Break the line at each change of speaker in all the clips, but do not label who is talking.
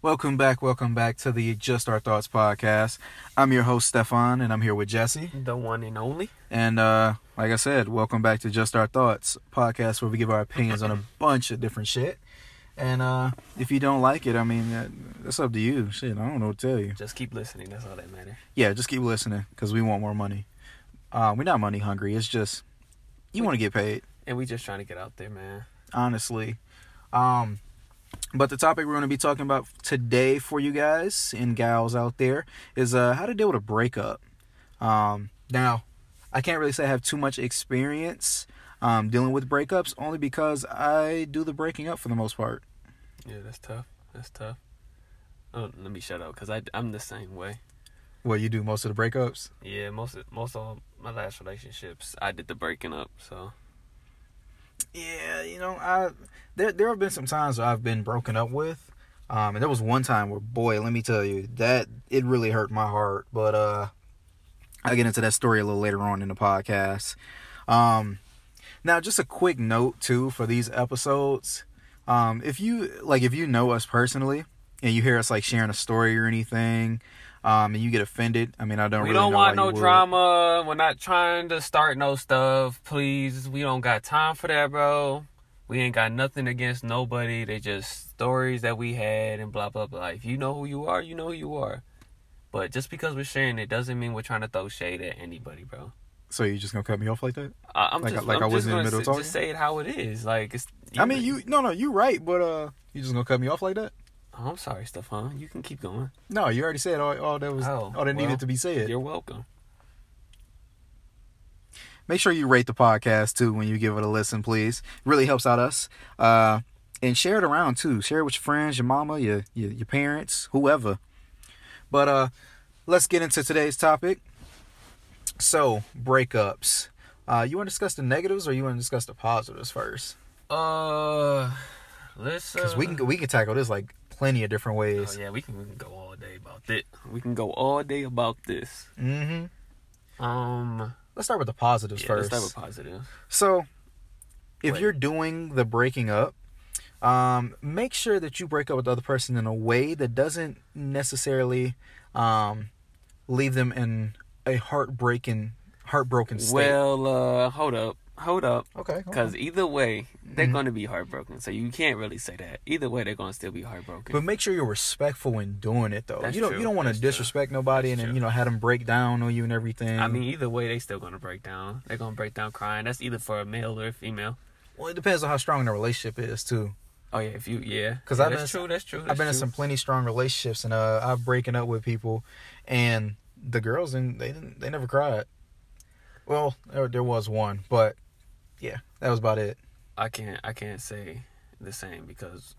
Welcome back, welcome back to the Just Our Thoughts podcast. I'm your host Stefan, and I'm here with Jesse.
The one and only.
And uh, like I said, welcome back to Just Our Thoughts podcast, where we give our opinions on a bunch of different shit. And uh, if you don't like it, I mean, that, that's up to you. Shit, I don't know what to tell you.
Just keep listening. That's all that matters.
Yeah, just keep listening because we want more money. Uh, we're not money hungry. It's just you want to get paid,
And we just trying to get out there, man.
honestly. Um, but the topic we're going to be talking about today for you guys and gals out there is uh, how to deal with a breakup. Um, now, I can't really say I have too much experience um, dealing with breakups, only because I do the breaking up for the most part.
Yeah, that's tough. That's tough. Oh, let me shut up, cause I I'm the same way.
Well, you do most of the breakups.
Yeah, most of, most of my last relationships, I did the breaking up. So
Yeah, you know, I there there have been some times where I've been broken up with. Um, and there was one time where, boy, let me tell you, that it really hurt my heart. But uh, I'll get into that story a little later on in the podcast. Um, now, just a quick note too for these episodes. Um, if you like, if you know us personally and you hear us like sharing a story or anything, um, and you get offended, I mean, I don't.
we
really
don't
know
want
why you
no
would.
drama. We're not trying to start no stuff. Please, we don't got time for that, bro. We ain't got nothing against nobody. They just stories that we had and blah blah blah. If you know who you are, you know who you are. But just because we're sharing it doesn't mean we're trying to throw shade at anybody, bro.
So you just gonna cut me off like that?
I- I'm
Like I-
just
like
I'm
I
just
wasn't in the
gonna
middle
s-
talking?
Just say it how it is. Like it's.
I mean, you no no, you right, but uh, you just gonna cut me off like that?
Oh, I'm sorry, Stefan. You can keep going.
No, you already said all, all that was
Oh,
all that
well,
needed to be said.
You're welcome.
Make sure you rate the podcast too when you give it a listen, please. Really helps out us. Uh, and share it around too. Share it with your friends, your mama, your your, your parents, whoever. But uh, let's get into today's topic. So breakups. Uh, you want to discuss the negatives or you want to discuss the positives first?
Uh, let's. uh,
Because we can go, we can tackle this like plenty of different
Oh
ways.
yeah, we can we can go all day about this. We can go all day about this.
Mm-hmm.
Um,
Let's start with the positives
yeah, let's
first.
start with positive.
So, if
Wait.
you're doing the breaking up, um, make sure that you break up with the other person in a way that doesn't necessarily um, leave them in a heartbreaking, heartbroken state.
Well, uh, hold up, hold up,
okay, okay.
because either way they're
Mhm.
gonna be heartbroken. So you can't really say that. Either way, they're gonna still be heartbroken.
But make sure you're respectful in doing it, though.
That's
you don't you
true.
don't want to
That's true.
disrespect nobody
That's
and then,
true.
you know have them break down on you and everything.
I mean, either way, they still gonna break down. They're gonna break down crying. That's either for a male or a female.
well, it depends on how strong the relationship is too.
Oh yeah, if you yeah,
'Cause
yeah,
I've
that's
been-
true. That's true.
I've
that's
been in
true.
some plenty strong relationships, and uh, I've breaking up with people, and the girls and they didn't they never cried. Well, there, there was one, but yeah, that was about it.
I can't I can't say the same because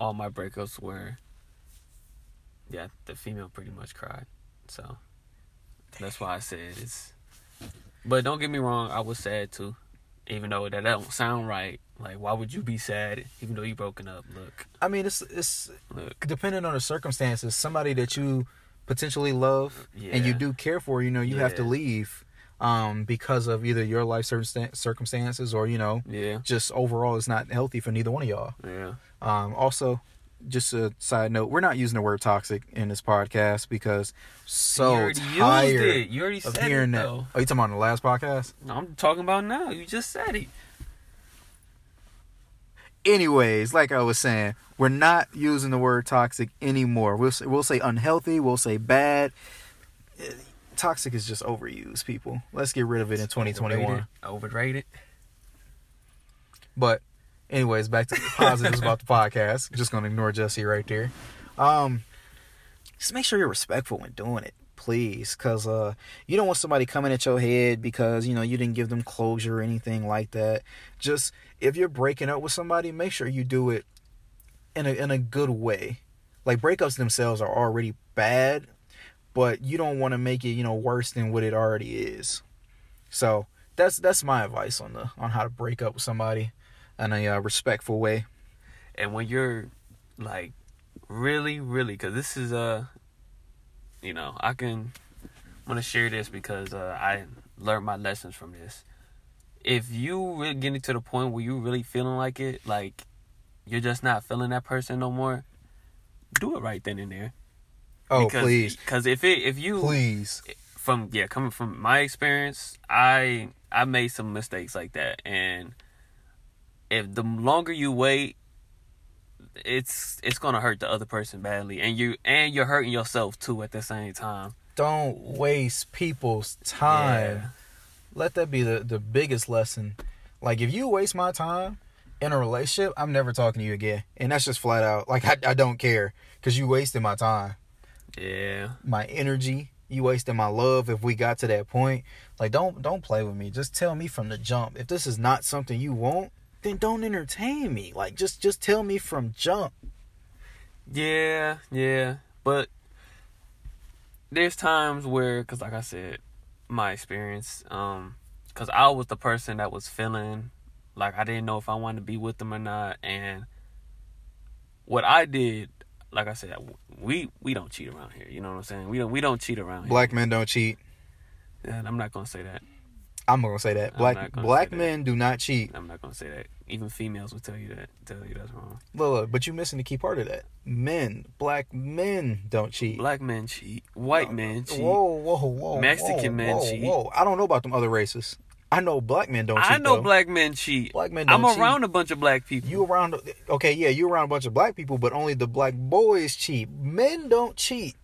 all my breakups were yeah the female pretty much cried so that's why I said it's but don't get me wrong I was sad too even though that don't sound right like why would you be sad even though you broken up look
I mean, it's it's
look
depending on the circumstances. Somebody that you potentially love and you
Yeah.
do care for, you know, you have to
Yeah.
leave um, because of either your life circumstan- circumstances or you know,
yeah
just overall, it's not healthy for neither one of y'all.
yeah
Um, also, just a side note, we're not using the word toxic in this podcast because
you
so
already
tired
used it you already
of
said it
hearing that.
though
Are you talking about in the last podcast?
I'm talking about now you just said it
Anyways, like I was saying, we're not using the word toxic anymore. We'll say, we'll say unhealthy. We'll say bad. Eh, Toxic is just overused, people. Let's get rid of it in 2021.
overrated, overrated.
But anyways, back to the positives about the podcast. Just gonna ignore Jesse right there. Um just make sure you're respectful when doing it, please. Cause uh you don't want somebody coming at your head because, you know, you didn't give them closure or anything like that. Just if you're breaking up with somebody, make sure you do it in a in a good way. Like breakups themselves are already bad, but you don't want to make it, you know, worse than what it already is. So that's that's my advice on the on how to break up with somebody in a uh, respectful way.
and when you're like really really because this is uh, you know i can i'm gonna share this because uh, i learned my lessons from this if you really getting to the point where you really feeling like it like you're just not feeling that person no more do it right then and there.
Oh,
because,
please.
Because if it if you
Please.
from yeah coming from my experience, I I made some mistakes like that, and if the longer you wait, it's it's gonna hurt the other person badly, and you and you're hurting yourself too at the same time.
Don't waste people's time.
Yeah.
Let that be the, the biggest lesson. Like, if you waste my time in a relationship, I'm never talking to you again. And that's just flat out. Like, I, I don't care because you wasted my time,
Yeah,
my energy. You wasted my love if we got to that point. Like don't don't play with me. Just tell me from the jump. If this is not something you want, then don't entertain me. Like just just tell me from jump.
yeah, yeah. But there's times where, cause like I said, my experience, um, cause I was the person that was feeling like I didn't know if I wanted to be with them or not, and what I did, like I said, we we don't cheat around here. You know what I'm saying? We don't we don't cheat around
Black men don't cheat.
here. And I'm not gonna say that.
I'm gonna say that.
I'm
Black
not gonna
black
say that.
men do not cheat.
I'm not gonna say that. Even females will tell you that. Tell you that's wrong.
Look, look, but you're missing the key part of that. Men, black men don't cheat.
Black men cheat. White men cheat.
Whoa, whoa, whoa. whoa,
Mexican men
whoa,
cheat.
Whoa, I don't know about them other races. I know black men don't cheat.
I know
though.
black men cheat.
Black men
I'm
don't cheat.
around a bunch of black people.
You around okay, yeah, you around a bunch of black people, but only the black boys cheat. Men don't cheat.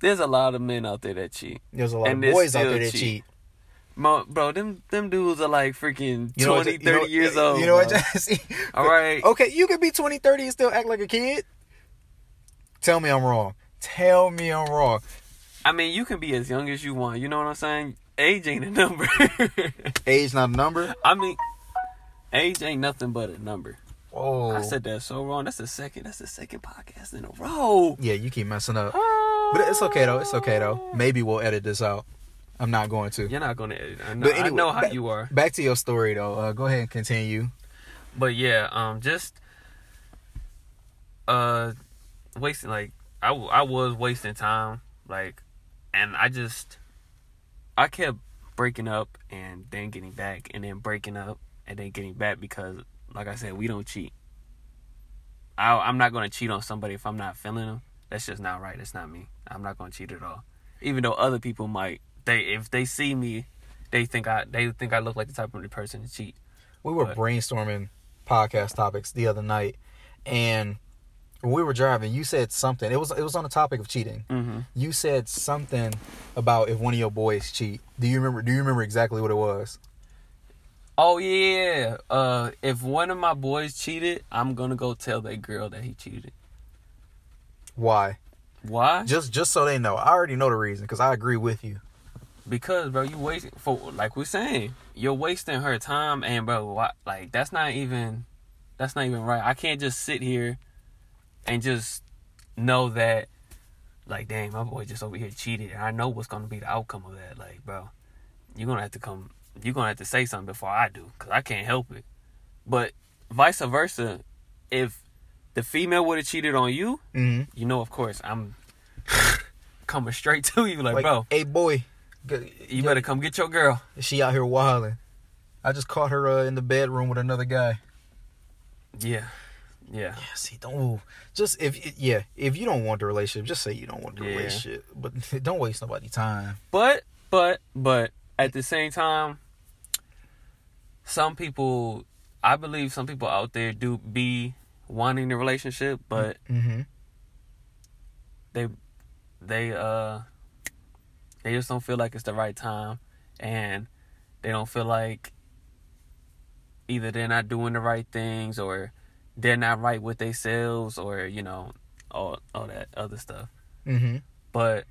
There's a lot of men out there that cheat.
There's a lot
And
of
they
boys out
still
there that
cheat.
cheat.
Mo, bro, them them dudes are like freaking
You know what- you
twenty, thirty
know-
20, 30 years old.
You know what
bro.
Jesse?
All right.
Okay, you could be 20, 30 and still act like a kid. Tell me I'm wrong. Tell me I'm wrong.
I mean, you can be as young as you want. You know what I'm saying? Age ain't a number.
Age not a number.
I mean, age ain't nothing but a number.
Oh,
I said that so wrong. That's the second. That's the second podcast in a row.
yeah, you keep messing up, but it's okay though. It's okay though. Maybe we'll edit this out. I'm not going to.
You're not gonna edit. I know,
But anyway,
I know how
back-
you are.
Back to your story though. Uh, go ahead and continue.
But yeah, um, just uh, wasting like I, w- I was wasting time like, and I just I kept breaking up and then getting back and then breaking up and then getting back because like I said, we don't cheat. I I'm not gonna cheat on somebody if I'm not feeling them. That's just not right. That's not me. I'm not gonna cheat at all. Even though other people might they if they see me, they think I they think I look like the type of person to cheat.
We were
But-
brainstorming podcast topics the other night, and when we were driving, you said something. It was it was on the topic of cheating.
Mm-hmm.
You said something about if one of your boys cheat. Do you remember? Do you remember exactly what it was?
Oh yeah. Uh if one of my boys cheated, I'm gonna go tell that girl that he cheated.
Why?
Why?
Just just so they know. I already know the reason because I agree with you.
because bro, you wasting for like we're saying, you're wasting her time and bro, why, like that's not even that's not even right. I can't just sit here and just know that like dang, my boy just over here cheated. I know what's gonna be the outcome of that. Like, bro, you're gonna have to come you're gonna have to say something before I do, cause I can't help it. But vice versa, if the female would have cheated on you,
Mm-hmm.
you know, of course, I'm coming straight to you, like,
Like,
bro,
hey boy, g-
you better come get your girl.
She out here wilding. I just caught her uh, in the bedroom with another guy.
Yeah, yeah,
Yeah, see, don't ooh. just if yeah, if you don't want the relationship, just say you don't want the
Yeah.
relationship, but don't waste nobody's time.
but but but at the same time, some people, I believe, some people out there do be wanting the relationship, but
Mm-hmm.
they they uh they just don't feel like it's the right time and they don't feel like either they're not doing the right things or they're not right with themselves or you know all all that other stuff
Mm-hmm.
but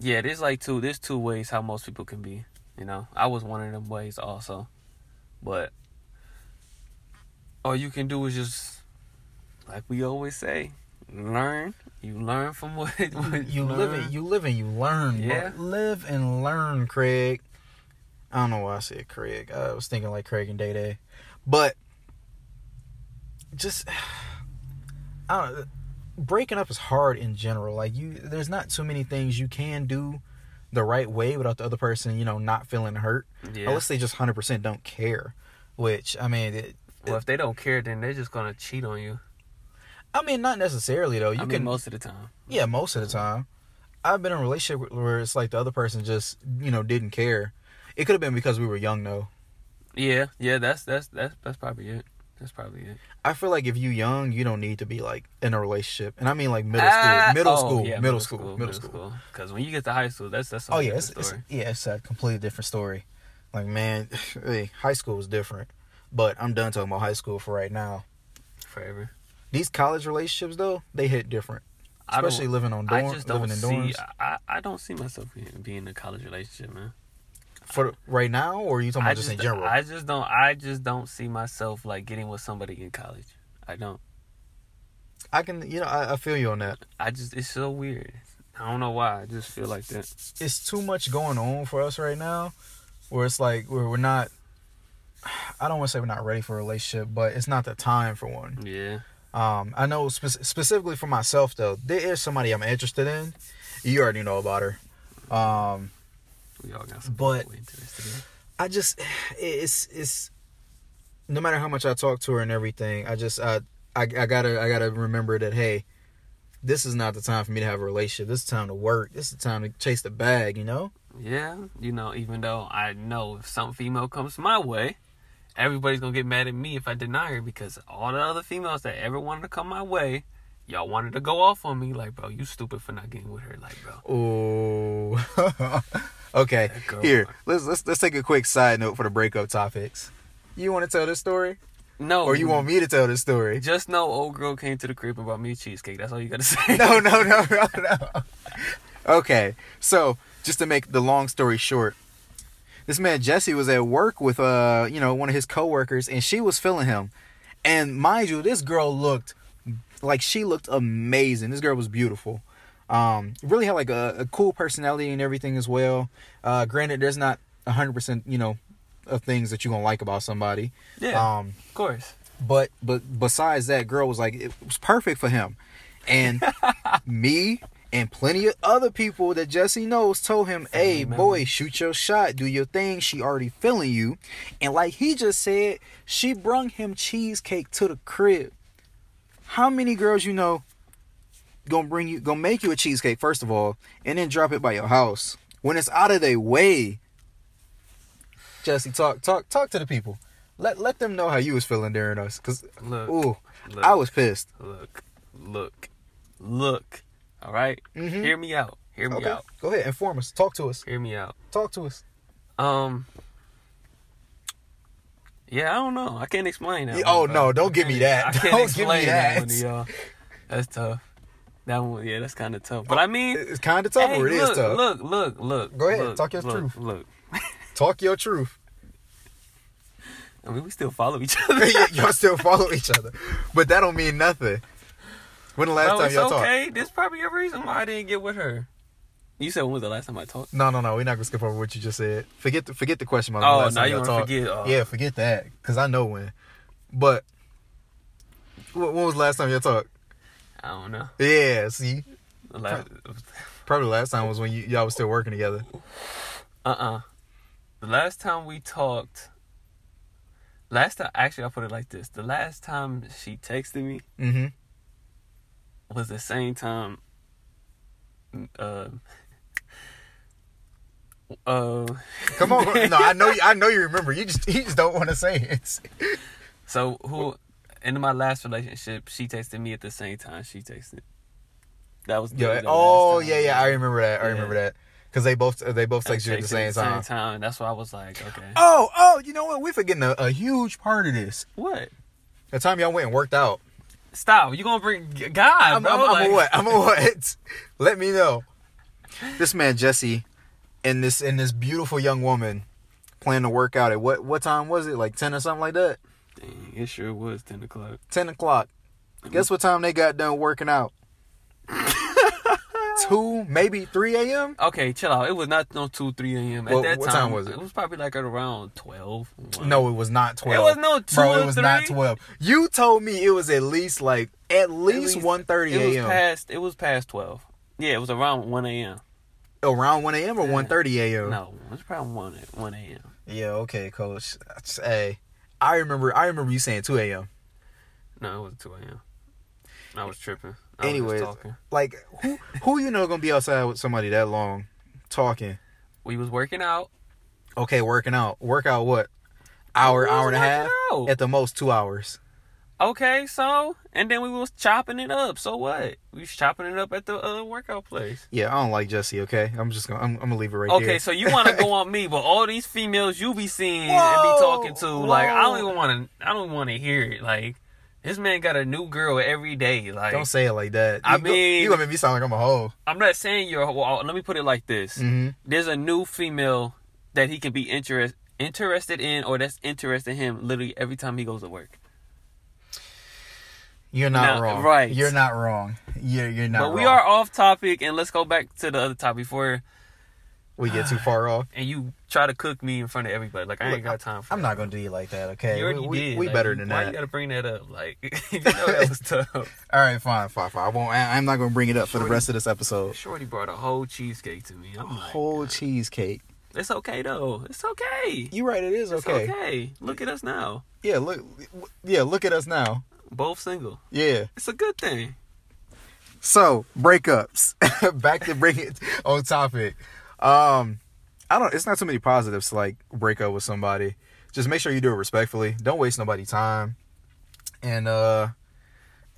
yeah there's like two there's two ways how most people can be you know i was one of them ways also but all you can do is just like we always say learn you learn from what, what
You live
learn.
and you live and you learn. bro.
Yeah.
Live and learn, Craig. I don't know why I said Craig. I was thinking like Craig and Day Day, but just I don't. Breaking up is hard in general. Like you, there's not too many things you can do the right way without the other person, you know, not feeling hurt.
yeah.
Unless they just hundred percent don't care, which I mean, it,
Well, if they don't care, then they're just gonna cheat on you.
I mean, not necessarily though. You
I mean,
can
most of the time.
Yeah, most of the time. I've been in a relationship where it's like the other person just, you know, didn't care. It could have been because we were young though.
Yeah, yeah. That's that's that's that's probably it. That's probably it.
I feel like if you young, you don't need to be like in a relationship. And I mean like middle
Ah,
school, middle
oh,
school,
yeah,
middle school, middle school.
Because when you get to high school, that's that's a
Oh
whole
yeah, it's,
different
it's
story.
yeah, it's a completely different story. Like man, hey, high school was different. But I'm done talking about high school for right now.
forever.
These college relationships though, they hit different.
I don't-
Especially living on
I
dorm,
just don't
living in
see.
dorms.
I, I don't see myself being, being in a college relationship, man.
For right now, or are you talking
I
about just, in general?
I just don't. I just don't see myself like getting with somebody in college. I don't.
I can, you know, I, I feel you on that.
I just. It's so weird. I don't know why. I just feel like that.
it's too much going on for us right now where it's like where we're not i don't want to say we're not ready for a relationship but it's not the time for one
Yeah.
um i know spe- specifically for myself though there is somebody i'm interested in you already know about her um
We all got some.
But-
people we interested in.
i just it's it's no matter how much i talk to her and everything i just i i, I gotta i gotta remember that hey this is not the time for me to have a relationship this is time to work this is the time to chase the bag you know
Yeah, you know, even though I know if some female comes my way, everybody's gonna get mad at me if I deny her because all the other females that ever wanted to come my way, y'all wanted to go off on me like, bro, you stupid for not getting with her, like, bro.
Oh. okay.
girl.
Here, let's let's let's take a quick side note for the breakup topics. You want to tell this story,
No,
or you want me to tell this story?
Just know, old girl came to the crib and brought me cheesecake. That's all you gotta say.
No, no, no, no, no. Okay. So, just to make the long story short, this man Jesse was at work with uh, you know, one of his coworkers, and she was feeling him. And mind you, this girl looked like she looked amazing. This girl was beautiful. Um, really had like a, a cool personality and everything as well. Uh, granted, there's not hundred percent, you know, of things that you gonna like about somebody.
yeah,
Um,
of course.
but but besides that, girl was like it was perfect for him, and me and plenty of other people that Jesse knows told him, "Hey,
Remember.
boy, shoot your shot, do your thing. She already feeling you," and like he just said, she brung him cheesecake to the crib. How many girls you know gonna bring you gonna make you a cheesecake first of all, and then drop it by your house when it's out of their way? Jesse, talk talk talk to the people. Let let them know how you was feeling during us, cause
Look,
ooh,
look,
I was pissed.
look, look, look. All right?
Mhm.
hear me out. Hear me
Okay,
out.
go ahead, inform us, talk to us,
Hear me out.
talk to us.
Um. Yeah, I don't know. I can't explain that.
Yeah,
one,
oh,
bro.
no, don't
I
give me
can't-
that.
I can't
Don't give me
explain that.
that.
one to y'all. That's tough. That one, yeah, that's kind of tough. But I mean,
It's kind of tough,
hey,
or it is
look,
tough.
Look, look, look.
Go ahead,
look,
talk your
look,
truth.
Look,
Talk your truth.
I mean, we still follow each other.
Y- y'all still follow each other, but that don't mean nothing. When the last
no,
time
it's
y'all talked?
okay. There's probably a reason why I didn't get with her. You said when was the last time I talked?
No, no, no. We're not gonna skip over what you just said. Forget the forget the question about
Oh,
the last
now
time
you
y'all
wanna
talked.
forget, uh,
yeah, forget that, cause I know when. But wh- when was the last time y'all talked?
I don't know.
Yeah, see,
The last,
probably the last time was when you, y'all was still working together.
Uh-uh. The last time we talked, last time actually I'll put it like this. The last time she texted me
Mm-hmm.
was the same time uh uh
Come on, no, I know, you- I know you remember. You just, you just don't want to say it.
so who in my last relationship she texted me at the same time she texted that was the,
Yeah.
the
Oh,
last time.
yeah, yeah. I remember that. I remember
Yeah.
that. Cause they both, they both
I
text you at the
texted
same time.
That's why I was like, okay.
Oh, oh, you know what? We're forgetting a, a huge part of this.
What?
The time y'all went and worked out.
Stop. You going to bring God,
I'm,
bro.
I'm, I'm
like-
a what? I'm a what? Let me know. This man Jesse and this and this beautiful young woman planned to work out at what what time was it? Like ten or something like that.
Dang, it sure was 10 o'clock.
Ten o'clock. Guess what time they got done working out? Two, maybe three a.m.
Okay, chill out. It was not no two, three a.m. At
What-
that
what
time,
time was it?
It was probably like at around twelve. 1.
No, it was not twelve.
was no two
Bro, it
or
was not
three.
twelve. You told me it was at least like at least,
least-
1.30
it was
a.m.
past. It was past twelve. Yeah, it was around one a.m.
Around one a.m. or
Yeah.
1.30 a.m.
No, it was probably one a- one a.m.
Yeah, okay, coach. That's- Hey, I remember. I remember you saying two a.m.
No, it was two a.m. I was tripping. I was just
Anyways,
talking.
like who who you know gonna be outside with somebody that long talking?
we was working out.
Okay, working out. Work out what? Hour,
We was
hour and a
working
half?
out.
At the most two hours.
Okay, so and then we was chopping it up. So what? We was chopping it up at the uh, workout place.
Yeah, I don't like Jesse, okay? I'm just gonna I'm, I'm gonna leave it right there.
Okay, so you want to go on me, but all these females you be seeing and
Whoa,
be talking to, like I
whoa.
don't even want to. I don't want to hear it. Like this man got a new girl every day. Like
Don't say it like that.
I
You go-
mean-
you gonna make me sound like I'm a hoe.
I'm not saying you're. a- Well, let me put it like this:
Mhm.
There's a new female that he can be interest interested in, or that's interested in him. Literally every time he goes to work.
You're not
No,
wrong.
right.
You're not wrong. You're you're not.
but we
wrong.
are off topic, and let's go back to the other topic before.
We get too far off.
And you try to cook me in front of everybody. Like I ain't
Look,
got time for.
I'm
that.
not gonna do you like that, okay?
You already
we we,
did.
we
Like,
better than
why
that.
you gotta bring that up? Like you know that was tough.
All right, fine, fine, fine. I won't. I, I'm not gonna bring it up for the
Shorty.
rest of this episode.
Shorty brought a whole cheesecake to me. I'm like,
Whole cheesecake.
it's okay though. It's okay.
You right. It is
It's
okay.
okay. Look at us now.
Yeah. Look. Yeah. Look at us now.
Both single.
Yeah.
It's a good thing.
So breakups. Back to bring it on topic. Um, I don't. It's not too many positives to like break up with somebody. Just make sure you do it respectfully. Don't waste nobody's time. And uh,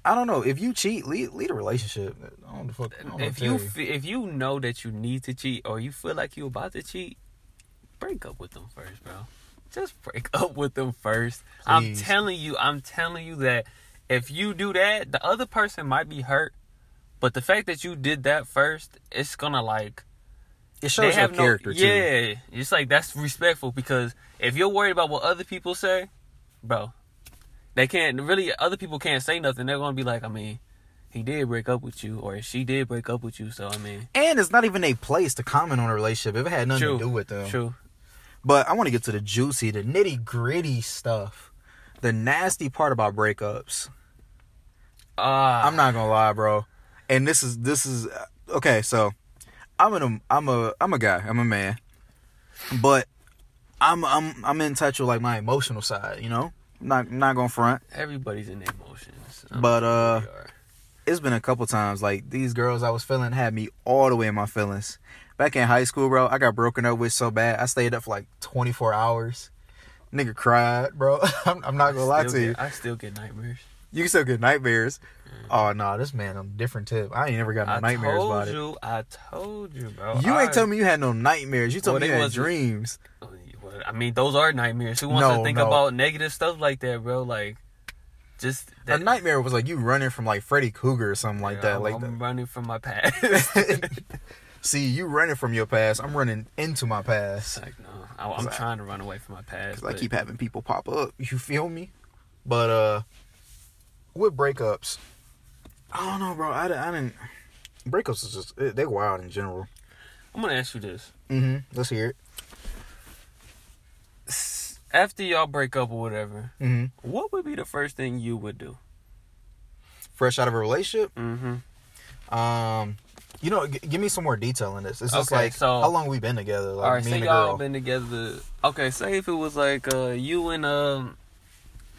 I don't know if you cheat, lead lead a relationship. I don't the fuck. I don't know
if
what to
you
tell
fe- if you know that you need to cheat or you feel like you about to cheat, break up with them first, bro. Just break up with them first. I'm
Please.
telling you, I'm telling you that if you do that, the other person might be hurt, but the fact that you did that first, it's gonna like
it shows your character
no,
too.
Yeah, it's like that's respectful because if you're worried about what other people say, bro, they can't really. Other people can't say nothing. They're gonna be like, I mean, he did break up with you, or she did break up with you. So I mean,
And it's not even a place to comment on a relationship if it had nothing
true,
to do with them.
true.
But I want to get to the juicy, the nitty gritty stuff, the nasty part about breakups.
Ah,
I'm not gonna lie, bro. And this is this is okay. So I'm an I'm a I'm a guy. I'm a man, but I'm I'm I'm in touch with like my emotional side. You know, not not gonna front.
everybody's in their emotions. I'm
But,
sure
uh,
they are.
it's been a couple times like these girls I was feeling had me all the way in my feelings. Back in high school, bro, I got broken up with so bad. I stayed up for like 24 hours. Nigga cried, bro. I'm, I'm not gonna lie
Still
to you.
get- I still get nightmares.
You can still get nightmares. Oh nah, this man on a different tip. I ain't never got no
I
nightmares
told
about
you. I told you, bro.
it. You
I-
ain't telling me you had no nightmares. You told
Well,
me you
they
had
wasn't-
dreams.
Well, I mean, those are nightmares. Who wants
No,
to think
no.
about negative stuff like that, bro? Like, just
a nightmare was like you running from like Freddy Cougar or something like
Yeah,
that.
I'm,
Like
I'm
that.
running from my past.
See, you running from your past. I'm running into my past.
it's like no, I, I'm
Cause I-
trying to run away from my past.
Because I
but
keep having people pop up. You feel me? But uh, with breakups, I don't know, bro. I, di- I didn't. Breakups is just eh, they wild in general.
I'm gonna ask you this:
Mm-hmm. Let's hear it.
S- After y'all break up or whatever,
Mm-hmm.
what would be the first thing you would do?
Fresh out of a relationship.
Mm-hmm.
Um, you know, g- give me some more detail in this. It's just
Okay,
like
so-
how long we been together. Like
All right,
me
say
and the
y'all
girl.
been together. Okay, say if it was like uh, you and um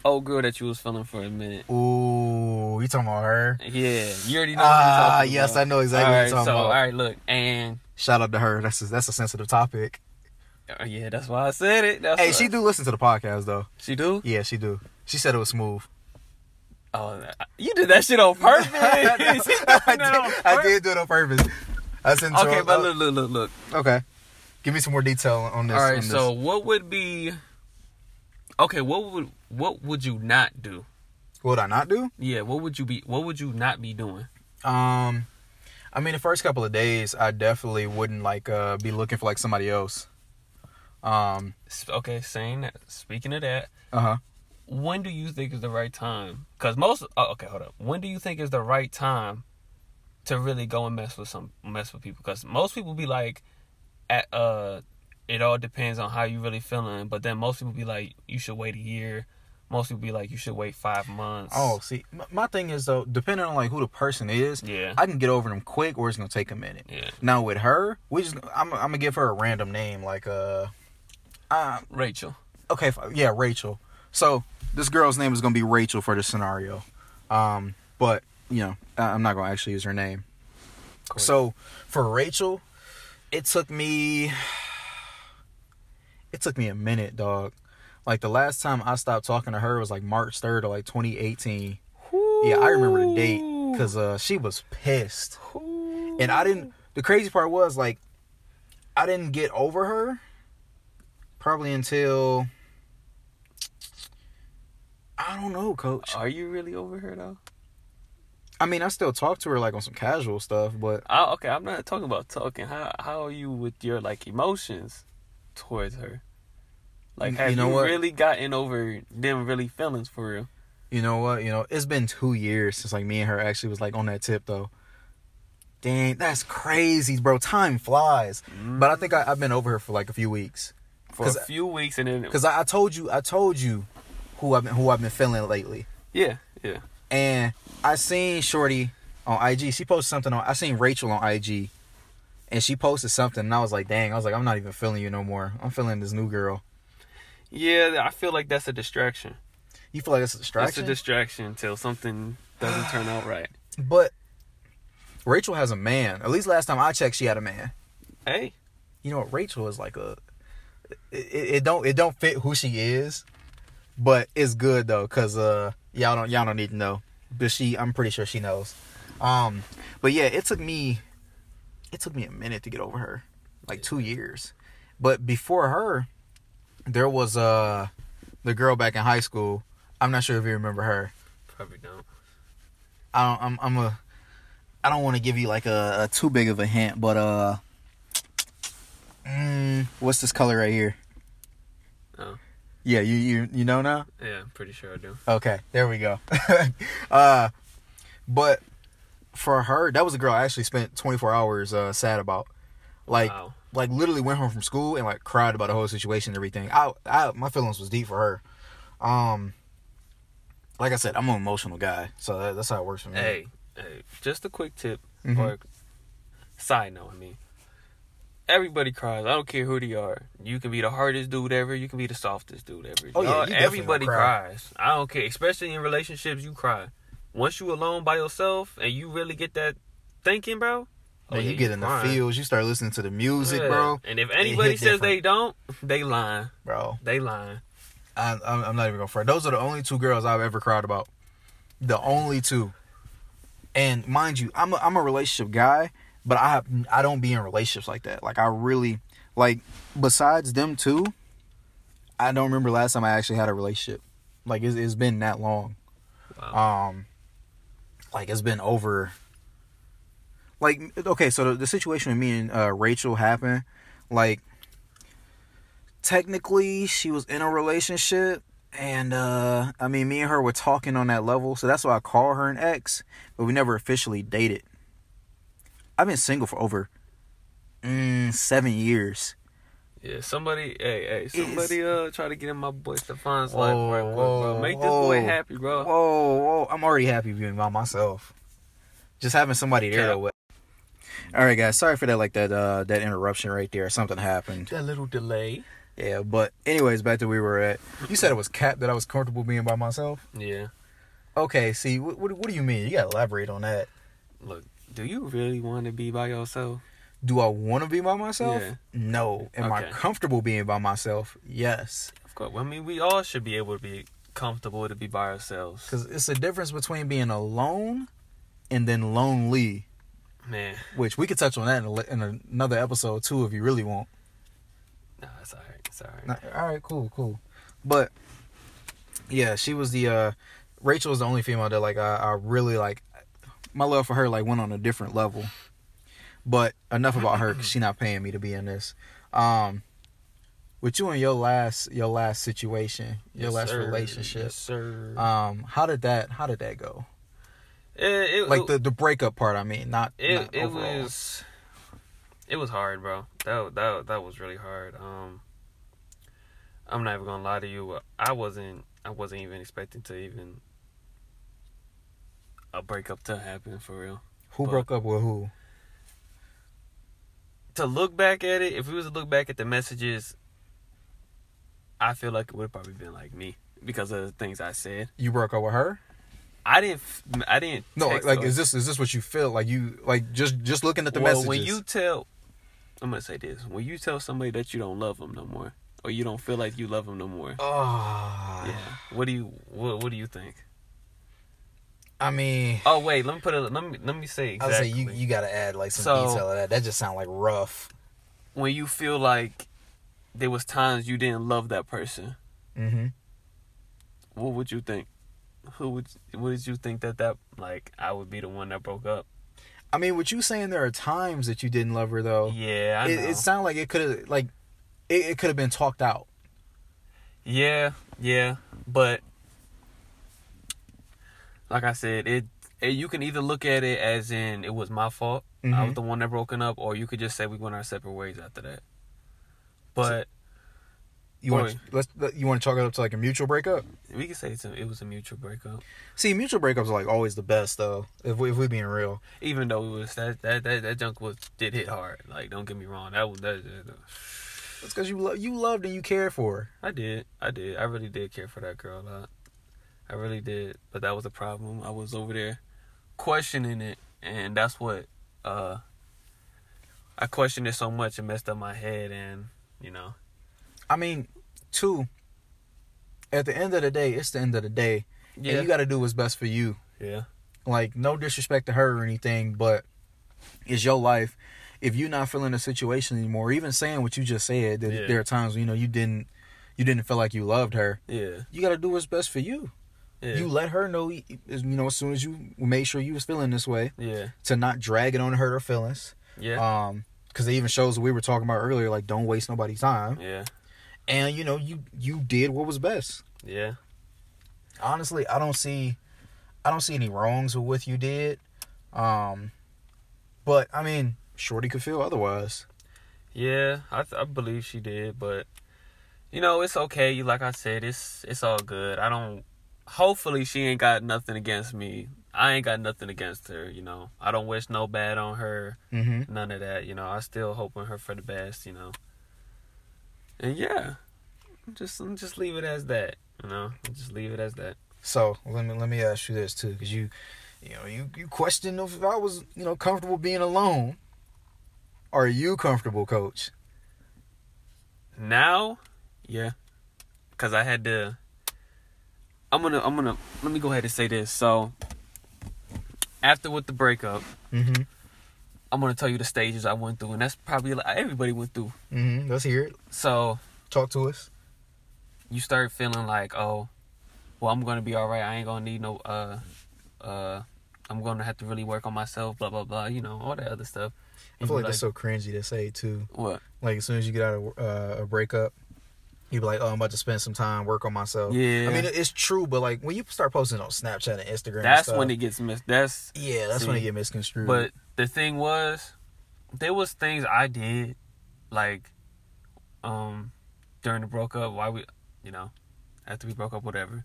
old girl that you was feeling for a minute.
Ooh, you talking about her?
Yeah, you already know. who I'm
Ah,
talking
yes,
about.
I know exactly what
All
you're
right,
talking
so
about.
all right, look, and
Shout out to her. That's a, that's a sensitive topic.
uh, yeah, that's why I said it. That's
Hey,
why-
she do listen to the podcast though.
She do.
Yeah, she do. She said it was smooth.
Oh, you did that shit on purpose.
I,
You did that
did,
on
I
purpose.
did do it on purpose. I sent
Okay,
her- Oh,
but look, look, look, look.
Okay. Give me some more detail on this.
All
on
right,
this.
so what would be? Okay, what would what would you not do?
what would I not do?
Yeah, what would you be? What would you not be doing?
Um, I mean, the first couple of days, I definitely wouldn't like uh be looking for like somebody else. Um.
S- Okay, saying that. Speaking of that,
Uh huh.
when do you think is the right time? Because most. Oh, okay, hold up. When do you think is the right time to really go and mess with some mess with people? Because most people be like, at uh, it all depends on how you really feeling. But then most people be like, you should wait a year. Most people be like, you should wait five months.
Oh, see, m- my thing is though, depending on like who the person is,
Yeah.
I can get over them quick, or it's gonna take a minute.
yeah.
Now with her, we just I'm, I'm gonna give her a random name like uh, uh
Rachel.
okay, f- yeah, Rachel. So this girl's name is gonna be Rachel for this scenario. Um, but you know, I- I'm not gonna actually use her name.
Of course.
So for Rachel, it took me it took me a minute, dog. Like the last time I stopped talking to her was like March 3rd of like 2018. Yeah, I remember the date cuz uh she was pissed.
Ooh.
And I didn't the crazy part was like I didn't get over her probably until I don't know, coach.
Are you really over her though?
I mean, I still talk to her like on some casual stuff, but
I, okay, I'm not talking about talking. How how are you with your like emotions towards her? Like,
You
have you,
know what?
really gotten over them really feelings for real?
you know what? You know, it's been two years since like me and her actually was like on that tip though. Dang, that's crazy, bro. Time flies. But I think I, I've been over her for like a few weeks.
For a
'Cause-
few weeks and then
Cause I, I told you, I told you who I've been, who I've been feeling lately.
yeah, yeah.
And I seen Shorty on IG. She posted something on. I seen Rachel on IG, and she posted something, and I was like, dang. I was like, I'm not even feeling you no more. I'm feeling this new girl.
Yeah, I feel like that's a distraction.
You feel like it's a
That's
distraction.
a distraction until something doesn't turn out right.
But Rachel has a man. At least last time I checked, she had a man.
Hey,
You know what? Rachel is like a. It, it it don't it don't fit who she is, but it's good though, cause uh y'all don't y'all don't need to know, but she I'm pretty sure she knows. Um, but yeah, it took me, it took me a minute to get over her, like two years. But before her, there was uh the girl back in high school. I'm not sure if you remember her.
probably don't.
I don't, I'm I'm a I don't want to give you like a, a too big of a hint, but uh, mm, what's this color right here?
Oh.
Yeah, you you you know now.
Yeah, I'm pretty sure I do.
Okay, there we go. uh, but for her, that was a girl I actually spent 24 hours uh, sad about. Like
Wow.
like literally went home from school and like cried about the whole situation and everything. I I my feelings was deep for her. Um, like I said, I'm an emotional guy, so that, that's how it works for me.
Hey, hey, just a quick tip
Mhm.
or side note. I mean, everybody cries. I don't care who they are. You can be the hardest dude ever. You can be the softest dude ever.
Oh, yeah,
Y'all-
you definitely
everybody
gonna cry.
cries. I don't care. Especially in relationships, you cry. Once you alone by yourself and you really get that thinking, bro. oh,
Man,
yeah,
you get in the
crying.
fields, you start listening to the music,
Yeah.
bro.
And if
hit
anybody says
different.
they don't, they lying.
Bro,
They lying.
I, I'm, I'm not even gonna front. Those are the only two girls I've ever cried about. The only two. And mind you, I'm a, I'm a relationship guy, but I have, I don't be in relationships like that. Like I really like besides them two, I don't remember last time I actually had a relationship. Like it's, it's been that long.
Wow.
Um, like it's been over. Like okay, so the, the situation with me and uh, Rachel happened. Like technically, she was in a relationship, and uh, I mean, me and her were talking on that level, so that's why I call her an ex. But we never officially dated. I've been single for over mm, seven years.
Yeah, somebody, hey, hey, somebody, uh, try to get in my boy Stefan's
Whoa,
life right quick, bro.
whoa,
Make this boy
whoa.
happy, bro.
Whoa, whoa. I'm already happy being by myself. Just having somebody there
Yeah.
though. All right, guys. Sorry for that, like that, uh, that interruption right there. Something happened.
That little delay.
Yeah, but anyways, back to where we were at. You said it was cap that I was comfortable being by myself.
Yeah.
Okay, see, what what, what do you mean? You gotta elaborate on that.
Look, do you really want to be by yourself?
Do I want to be by myself?
Yeah.
No. Am I
Okay.
comfortable being by myself? Yes.
Of course. I mean, we all should be able to be comfortable to be by ourselves.
Because it's a difference between being alone and then lonely,
Man,
which we could touch on that in, a, li- in another episode too if you really want.
nah, it's all right. It's all right.
Not- all right, cool, cool. But yeah, she was the uh Rachel was the only female that like I, I really like. My love for her like went on a different level. But enough about her. 'cause she not paying me to be in this. Um, with you and your last your last situation, your
Yes,
last
sir.
relationship.
Yes, sir.
Um, how did that how did that go?
it, it,
Like the the breakup part. I mean, not
it,
not
it
overall.
was it was hard, bro. That that that was really hard. Um, I'm not even gonna lie to you. I wasn't I wasn't even expecting to even a breakup to happen for real.
who broke up with who?
To look back at it, if we was to look back at the messages, I feel like it would have probably been like me because of the things I said.
You broke up with her.
I didn't. f- I didn't.
No,
text
like
her.
is this is this what you feel? Like you like just just looking at the
well,
messages.
when you tell, I'm gonna say this: when you tell somebody that you don't love them no more, or you don't feel like you love them no more,
Oh, Ah,
yeah. What do you what What do you think?
I mean,
Oh wait, let me put it. Let me let me
I
say exactly.
would say you you gotta add like some
So-
detail of that. That just sound like rough.
when you feel like there was times you didn't love that person,
Mm-hmm.
what would you think? Who would what did you think that that like I would be the one that broke up?
I mean, with you saying there are times that you didn't love her though,
Yeah, I
Oh. it,
know.
it sounded like it could have like it, it could have been talked out.
yeah, yeah, but like I said, it, it you can either look at it as in it was my fault, I
Mhm.
was the one that broken up, or you could just say we went our separate ways after that. But
You
Or-
want let's let- you want to chalk it up to like a mutual breakup.
we could say it's a, it was a mutual breakup,
See, mutual breakups are like always the best though. If we if we being real,
even though it was that that that, that junk was did hit hard. Like, don't get me wrong, that was that, that
it's because you lo- you loved and you cared for her.
I did. I did. I really did care for that girl a lot. I really did. But that was the problem. I was over there questioning it and that's what uh I questioned it so much it messed up my head and you know.
I mean, two. At the end of the day, it's the end of the day, and you got to do what's best for you.
yeah.
like no disrespect to her or anything, but it's your life. If you're not feeling the situation anymore, even saying what you just said, that
Yeah.
there are times when you know you didn't you didn't feel like you loved her.
Yeah.
You got to do what's best for you.
Yeah.
You let her know, you know, as soon as you made sure you was feeling this way,
yeah.
to not drag it on her her feelings.
Yeah.
Um, because it even shows what we were talking about earlier, like don't waste nobody's time.
yeah.
And you know, you you did what was best.
Yeah.
honestly, I don't see, I don't see any wrongs with what you did, um, but I mean, Shorty could feel otherwise.
Yeah. I th- I believe she did, but you know, it's okay. You like I said, it's it's all good. I don't hopefully she ain't got nothing against me. I ain't got nothing against her, you know. I don't wish no bad on her.
Mm-hmm.
none of that. You know, I still hoping her for the best. You know, and yeah, just just leave it as that. You know, just leave it as that.
So let me let me ask you this too, because you, you know, you you questioned if I was you know comfortable being alone. Are you comfortable, Coach?
Now, yeah, because I had to. I'm gonna I'm gonna let me go ahead and say this. So after with the breakup,
Mm-hmm.
I'm gonna tell you the stages I went through, and that's probably like everybody went through.
Mm-hmm. Let's hear it.
So
Talk to us.
you start feeling like, oh, well, I'm gonna be all right. I ain't gonna need no, uh, uh, I'm gonna have to really work on myself. Blah blah blah. You know all that other stuff.
I
And
feel
you
like that's so cringy to say too.
what?
Like as soon as you get out of uh, a breakup, you be like, "Oh, I'm about to spend some time work on myself."
Yeah.
I mean, it's true, but like when you start posting on Snapchat and Instagram, and
That's
stuff,
when it gets missed. That's
Yeah, that's when it
See,
get misconstrued.
but the thing was, there was things I did, like, um, during the broke up. Why we, you know, after we broke up, whatever,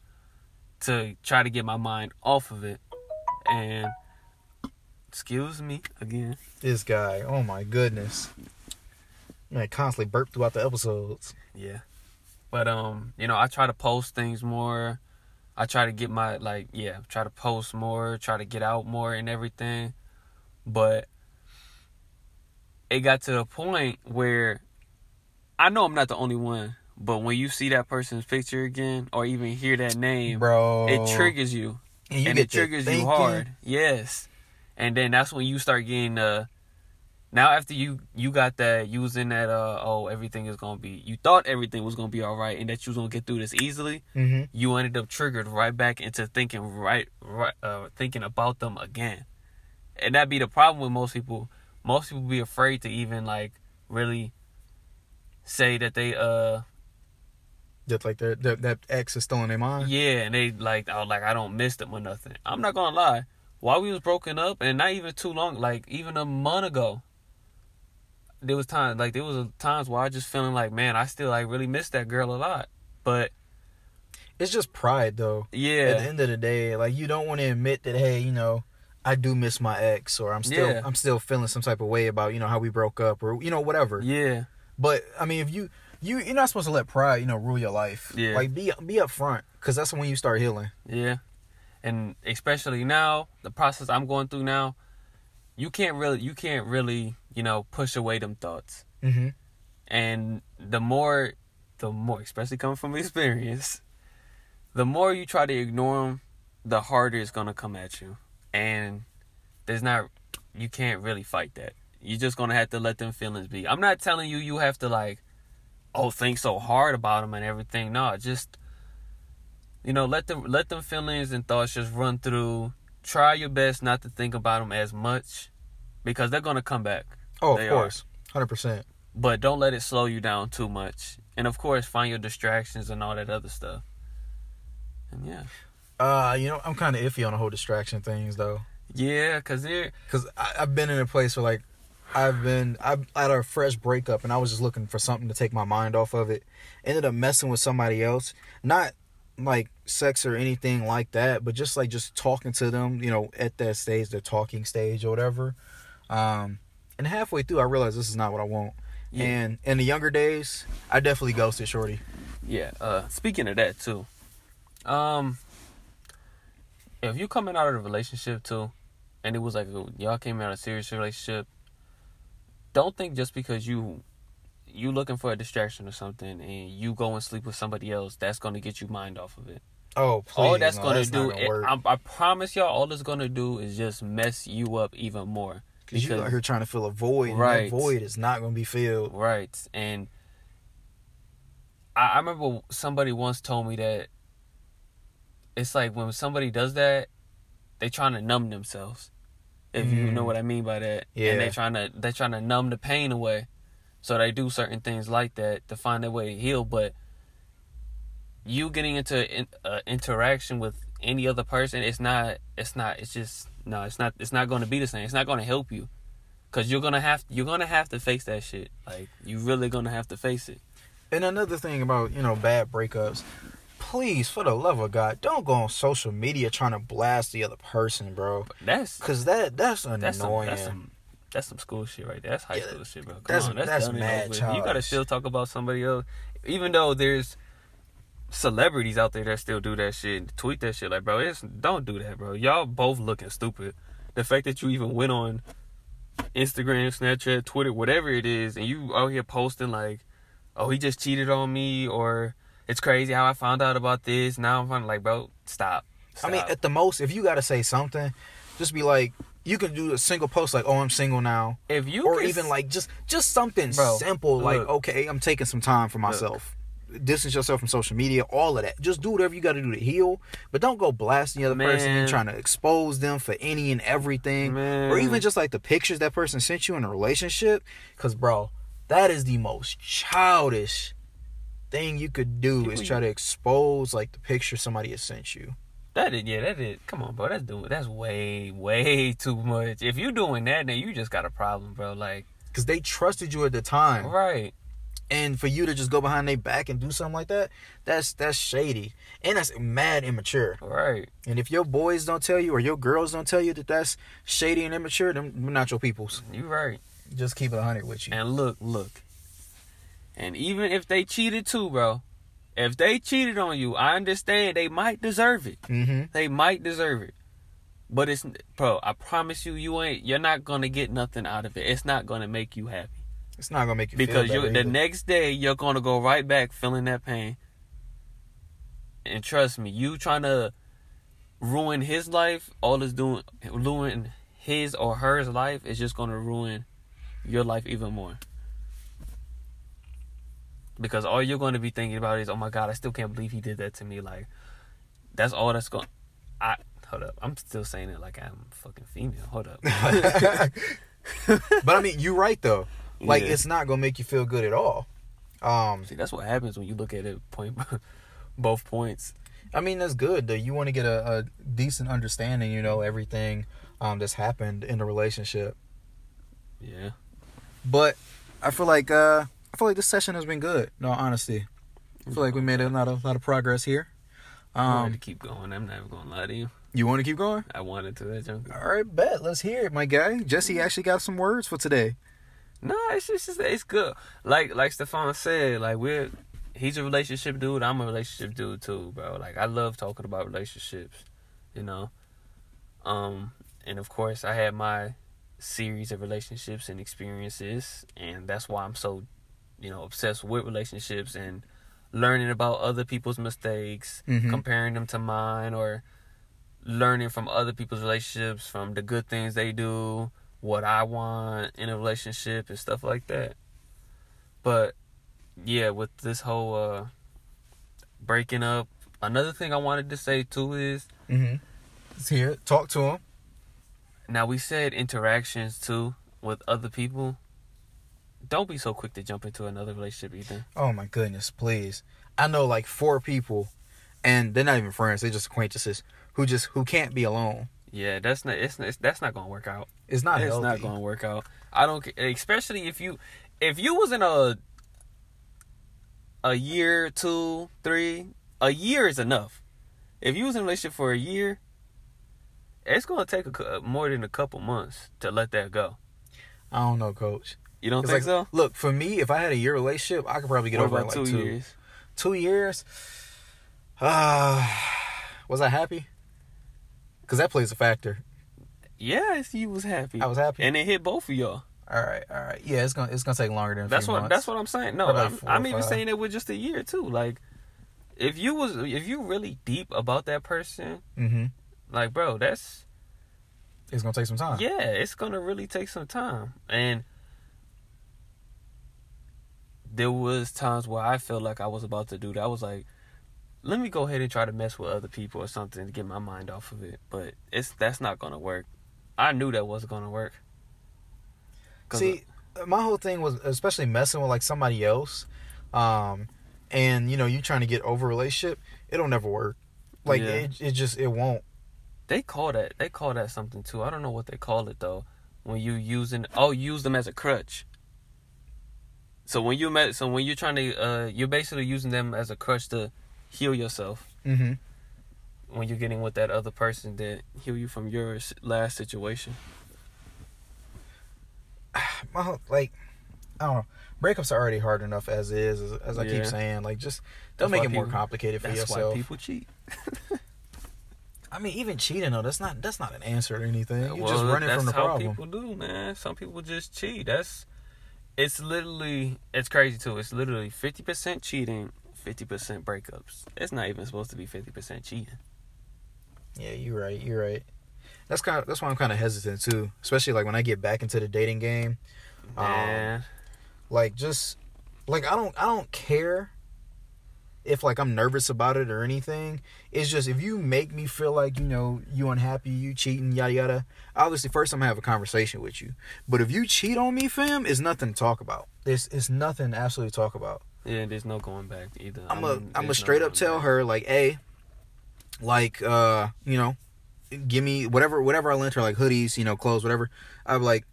to try to get my mind off of it, and excuse me again.
this guy, oh my goodness, man, constantly burped throughout the episodes.
Yeah. But um, you know, I try to post things more. I try to get my like yeah, try to post more, try to get out more and everything. But it got to the point where I know I'm not the only one, but when you see that person's picture again or even hear that name,
Bro,
it triggers you
and, you
and
get
it
to
triggers you
thinking,
hard. Yes, and then that's when you start getting uh now after you you got that you was in that uh oh everything is gonna be you thought everything was gonna be all right and that you was gonna get through this easily
Mhm.
you ended up triggered right back into thinking right right uh thinking about them again and that be the problem with most people most people be afraid to even like really say that they uh
That like that that, that ex is still in their mind.
Yeah, and they like, oh, like I don't miss them or nothing. I'm not gonna lie. While we was broken up, and not even too long, like even a month ago, there was times like there was a times where I just feeling like, man, I still like really miss that girl a lot. But
It's just pride, though. At the
yeah,
end of the day, like you don't want to admit that, hey, you know, I do miss my ex, or I'm still
Yeah.
I'm still feeling some type of way about you know how we broke up, or you know whatever.
yeah,
But I mean, if you you you're not supposed to let pride you know rule your life.
Yeah.
Like be be upfront, cause that's when you start healing.
yeah. and especially now the process i'm going through now you can't really you can't really you know push away them thoughts
Mm-hmm.
and the more the more especially coming from experience the more you try to ignore them the harder it's going to come at you and there's not you can't really fight that you're just going to have to let them feelings be i'm not telling you you have to like oh think so hard about them and everything no just you know let them let them feelings and thoughts just run through try your best not to think about them as much because they're going to come back
Oh,
They
of
are.
course, hundred percent.
but don't let it slow you down too much. And of course, find your distractions and all that other stuff. And yeah,
Uh, you know, I'm kind of iffy on the whole distraction things though,
yeah, cause it,
because I've been in a place where like I've been I had a fresh breakup and I was just looking for something to take my mind off of it. Ended up messing with somebody else, not like sex or anything like that, but just like just talking to them, you know, at that stage, the talking stage or whatever. Um, and halfway through, I realized this is not what I want.
Yeah.
And in the younger days, I definitely ghosted Shorty.
yeah. Uh, speaking of that too, um, if you coming out of a relationship too, and it was like a, y'all came out of a serious relationship, don't think just because you you looking for a distraction or something and you go and sleep with somebody else, that's gonna get you mind off of it.
Oh, please,
all that's
no,
gonna
not
do,
gonna
it-
work.
I, I promise y'all, all it's gonna do is just mess you up even more.
Because you out here trying to fill a void,
Right.
and that void is not going to be filled.
right, and I, I remember somebody once told me that it's like when somebody does that, they trying to numb themselves. If you
Mm.
know what I mean by that,
Yeah.
and they trying to they trying to numb the pain away, so they do certain things like that to find their way to heal. But you getting into in, uh, interaction with any other person, it's not it's not it's just no, it's not it's not going to be the same. It's not going to help you, cause you're gonna have you're gonna have to face that shit. Like you really gonna have to face it.
And another thing about, you know, bad breakups, please, for the love of God, don't go on social media trying to blast the other person, bro.
That's
Because that, that's annoying.
that's some, that's some that's some school shit right there. That's high
Yeah,
school shit, bro. Come
that's-
on, that's,
that's
done and
mad
over with. You gotta
childish.
still talk about somebody else, even though there's celebrities out there that still do that shit, and tweet that shit. Like, bro, it's don't do that, bro. Y'all both looking stupid. The fact that you even went on Instagram, Snapchat, Twitter, whatever it is, and you out here posting like, oh, he just cheated on me, or it's crazy how I found out about this. Now I'm finding like, bro, stop.
I mean,
Stop.
at the most, if you got to say something, just be like, you can do a single post like, oh, I'm single now.
if you
or
can
even like just just something
Bro,
simple like
look.
okay i'm taking some time for myself distance yourself from social media all of that just do whatever you got to do to heal but don't go blasting the other person
Man.
and trying to expose them for any and everything or even
Man.
just like the pictures that person sent you in a relationship because bro that is the most childish thing you could do is
People
try
you-
to expose like the picture somebody has sent you
That is, yeah, that is. Come on, bro. That's doing. That's way, way too much. If you doing that, then you just got a problem, bro. Like,
because they trusted you at the time
right?
and for you to just go behind their back and do something like that, that's that's shady and that's mad immature.
Right.
And if your boys don't tell you or your girls don't tell you that that's shady and immature, then we're not your peoples.
You right.
Just keep it a hundred with you.
And look, look. And even if they cheated too, bro. If they cheated on you, I understand they might deserve it.
Mm-hmm.
They might deserve it. But it's bro, I promise you you ain't you're not going to get nothing out of it. It's not going to make you happy.
It's not gonna make you
because
feel
you
better
the
either.
next day you're gonna go right back feeling that pain. And trust me, you trying to ruin his life, all is doing ruin his or hers life is just gonna ruin your life even more. Because all you're gonna be thinking about is, oh my god, I still can't believe he did that to me. Like that's all that's going. I hold up, I'm still saying it like I'm fucking female. Hold up.
but I mean, you're right though. Like
Yeah.
it's not gonna make you feel good at all. Um,
See, that's what happens when you look at it point both points.
I mean that's good though. You want to get a, a decent understanding, you know, everything um, that's happened in the relationship.
Yeah.
But I feel like uh I feel like this session has been good. No honesty, I feel like we made a lot of lot of progress here.
I wanted to
Um,
keep going. I'm not even gonna lie to you.
you want to keep going?
I wanted to that junk.
All right, bet. Let's hear it, my guy. Jesse actually got some words for today.
No, it's just it's- it's good. Like like Stefan said, like we're he's a relationship dude. I'm a relationship dude too, bro. Like I love talking about relationships. you know. Um, and of course, I had my series of relationships and experiences, and that's why I'm so, you know, obsessed with relationships and learning about other people's mistakes,
Mhm.
comparing them to mine, or learning from other people's relationships, from the good things they do, what I want in a relationship, and stuff like that. But yeah, with this whole uh, breaking up, another thing I wanted to say too is
Mm-hmm. Let's hear it. Talk to him.
Now we said interactions too with other people. Don't be so quick to jump into another relationship either.
Oh my goodness, please. I know like four people, and they're not even friends. They're just acquaintances who just who can't be alone.
Yeah, that's not it's, it's that's not gonna work out.
It's not
it's
healthy.
not gonna work out. I don't ca- especially if you if you was in a a year, two, three, a year is enough. If you was in a relationship for a year, it's gonna take a, cou- more than a couple months to let that go.
I don't know, coach.
You don't
It's
think
like,
so?
look, for me, if I had a year relationship, I could probably get
What
over it in
about
like
two
two
years?
Two years. Ah, was I happy? Because that plays a factor.
Yes, you was happy.
I was happy.
and it hit both of y'all.
All right, all right. Yeah, it's gonna it's gonna take longer than. a
That's
few
what
months.
that's what I'm saying. No,
Probably like
I'm,
four or
I'm even
five.
saying it with just a year too. Like, if you was if you really deep about that person,
Mm-hmm.
like, bro, that's
It's gonna take some time.
yeah, it's gonna really take some time. And there was times where I felt like I was about to do that. I was like, let me go ahead and try to mess with other people or something to get my mind off of it. But it's that's not gonna work. I knew that wasn't gonna work. 'Cause
uh, See, my whole thing was especially messing with like somebody else, um, and you know you trying to get over a relationship, it'll never work. Like
Yeah.
it, it just it won't.
They call that they call that something too. I don't know what they call it though. When you using oh use them as a crutch. So when you met so when you're trying to uh you're basically using them as a crutch to heal yourself
Mm-hmm.
when you're getting with that other person that heal you from your s- last situation.
My whole, like, I don't know. Breakups are already hard enough as is, as, as I
Yeah.
keep saying. Like, just don't
That's
make
why
it more
people-
complicated for
That's
yourself.
why people cheat.
I mean, even cheating though, that's not that's not an answer to anything. You're
well,
just running
that's
from the
how
problem.
people do, man. Some people just cheat. That's it's literally it's crazy too. It's literally fifty percent cheating, fifty percent breakups. It's not even supposed to be fifty percent cheating.
Yeah, you're right. You're right. That's kind. Of, that's why I'm kind of hesitant too, especially like when I get back into the dating game. Um,
Man.
like just like i don't i don't care if like i'm nervous about it or anything it's just if you make me feel like you know you unhappy you cheating yada yada obviously first i'm gonna have a conversation with you but if you cheat on me fam it's nothing to talk about it's it's nothing absolutely to talk about
Yeah, there's no going back either.
i'm gonna
I mean,
i'm gonna
there's no
straight up
going
tell
back.
her like hey like uh you know give me whatever whatever i lent her like hoodies you know clothes whatever i'm like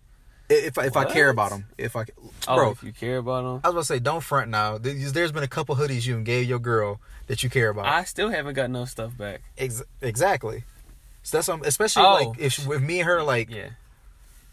i- if I, if I care
What?
about them if i
Oh,
bro
if you care about them.
I was about to say, don't front now. There's there's been a couple hoodies you gave your girl that you care about.
I still haven't got no stuff back.
Ex- exactly. So that's what I'm, especially
Oh.
like if she- with me and her, like
Yeah.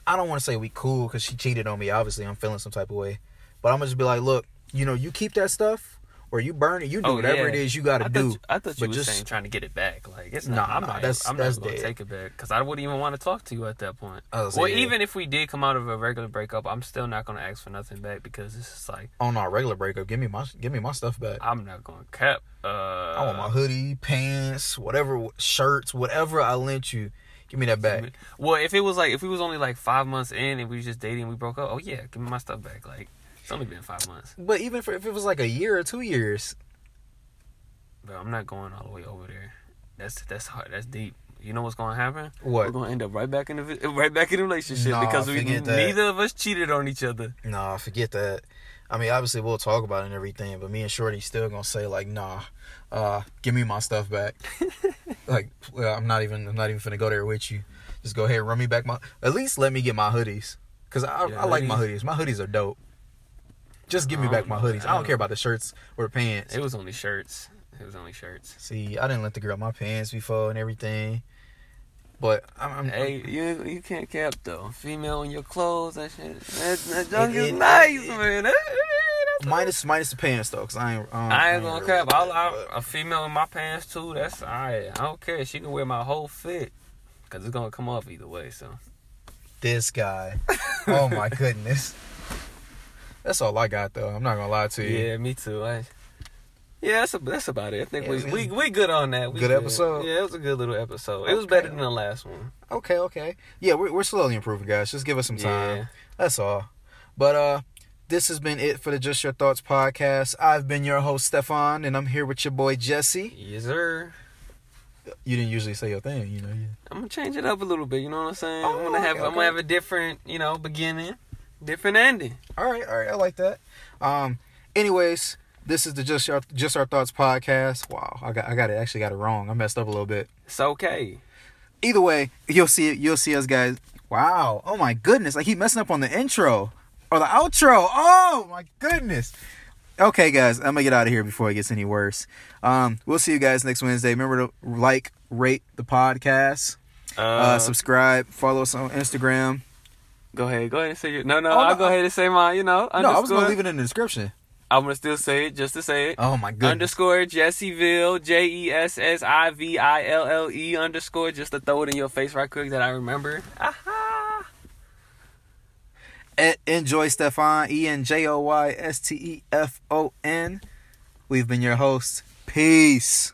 I don't want to say we cool because she cheated on me. Obviously, I'm feeling some type of way, but I'm gonna just be like, look, you know, you keep that stuff or you burn it, you do
Oh,
whatever
yeah.
it is you gotta
I thought
do.
you, I thought you
but
were
just-
saying trying to get it back. Like it's
Nah,
not. I'm
nah,
not.
that's-
I'm
that's
not gonna
dead. Oh,
take it back because I wouldn't even want to talk to you at that point.
I was
well,
like, yeah.
even if we did come out of a regular breakup, I'm still not gonna ask for nothing back because it's just like
on our regular breakup, give me my give me my stuff back.
I'm not gonna cap. Uh,
I want my hoodie, pants, whatever shirts, whatever I lent you, give me that back.
Well, if it was like if we was only like five months in and we was just dating, and we broke up. Oh yeah, give me my stuff back. Like it's only been five months,
But even if, if it was like a year or two years,
but I'm not going all the way over there. That's that's hard. That's deep. You know what's gonna happen?
What?
We're gonna end up right back in the vi- right back in the relationship
Nah,
because we
forget that.
neither of us cheated on each other.
Nah, forget that. I mean, obviously we'll talk about it and everything, but me and Shorty still gonna say like, nah, uh, give me my stuff back. like, well, I'm not even, I'm not even finna go there with you. Just go ahead, and run me back my. At least let me get my hoodies, cause I,
Yeah,
I like my hoodies.
hoodies.
My hoodies are dope. Just give me
I
back
don't
my
know.
hoodies. I don't care about the shirts or the pants.
It was only shirts. It was only shirts.
See, I didn't let the girl my pants before and everything, but I'm, I'm
Hey, you you can't cap though. Female in your clothes, that shit. That, that
It-
junk is
it-
nice,
it-
man. That, though.
Minus minus the pants though, cause I ain't. um, I, don't-
I ain't
ain't
gonna
really
cap.
with
I'll,
that,
I'll,
but-
a female in my pants too. That's all right. I don't care. She can wear my whole fit because it's gonna come off either way. So
this guy. oh my goodness. That's all I got though. I'm not gonna lie to you.
yeah, me too. I, yeah, that's a, that's about it. I think
Yeah,
we,
man.
we we good on that. We
Good episode.
Yeah, it was a good little episode. It was
Okay.
better than the last one.
Okay, okay. Yeah, we're we're slowly improving, guys. Just give us some time.
Yeah.
That's all. But uh this has been it for the Just Your Thoughts podcast. I've been your host Stefan, and I'm here with your boy Jesse.
Yes, sir.
You didn't usually say your thing, you know. You...
I'm gonna change it up a little bit. You know what I'm saying?
Oh,
I'm gonna have
okay,
I'm
okay.
gonna have a different you know beginning, different ending.
All right, all right. I like that. Um. Anyways, this is the Just Our Just Our Thoughts podcast. Wow, I got I got it. Actually, got it wrong. I messed up a little bit.
It's okay.
Either way, you'll see it. You'll see us guys. Wow. Oh my goodness. Like he messing up on the intro or the outro. Oh my goodness. Okay, guys, I'm gonna get out of here before it gets any worse. Um, we'll see you guys next Wednesday. Remember to like, rate the podcast,
Uh,
uh, subscribe, follow us on Instagram.
go ahead. Go ahead and say your. No, no.
Oh,
I'll
no,
go
I-
ahead and say mine. You know.
No, I was gonna
underscore.
leave it in the description.
I'm gonna still say it just to say it.
Oh my goodness.
Underscore Jesseville, J E S S I V I L L E underscore, just to throw it in your face right quick that I remember. Aha!
at Enjoy Stefan, E N J O Y S T E F O N. We've been your hosts. Peace.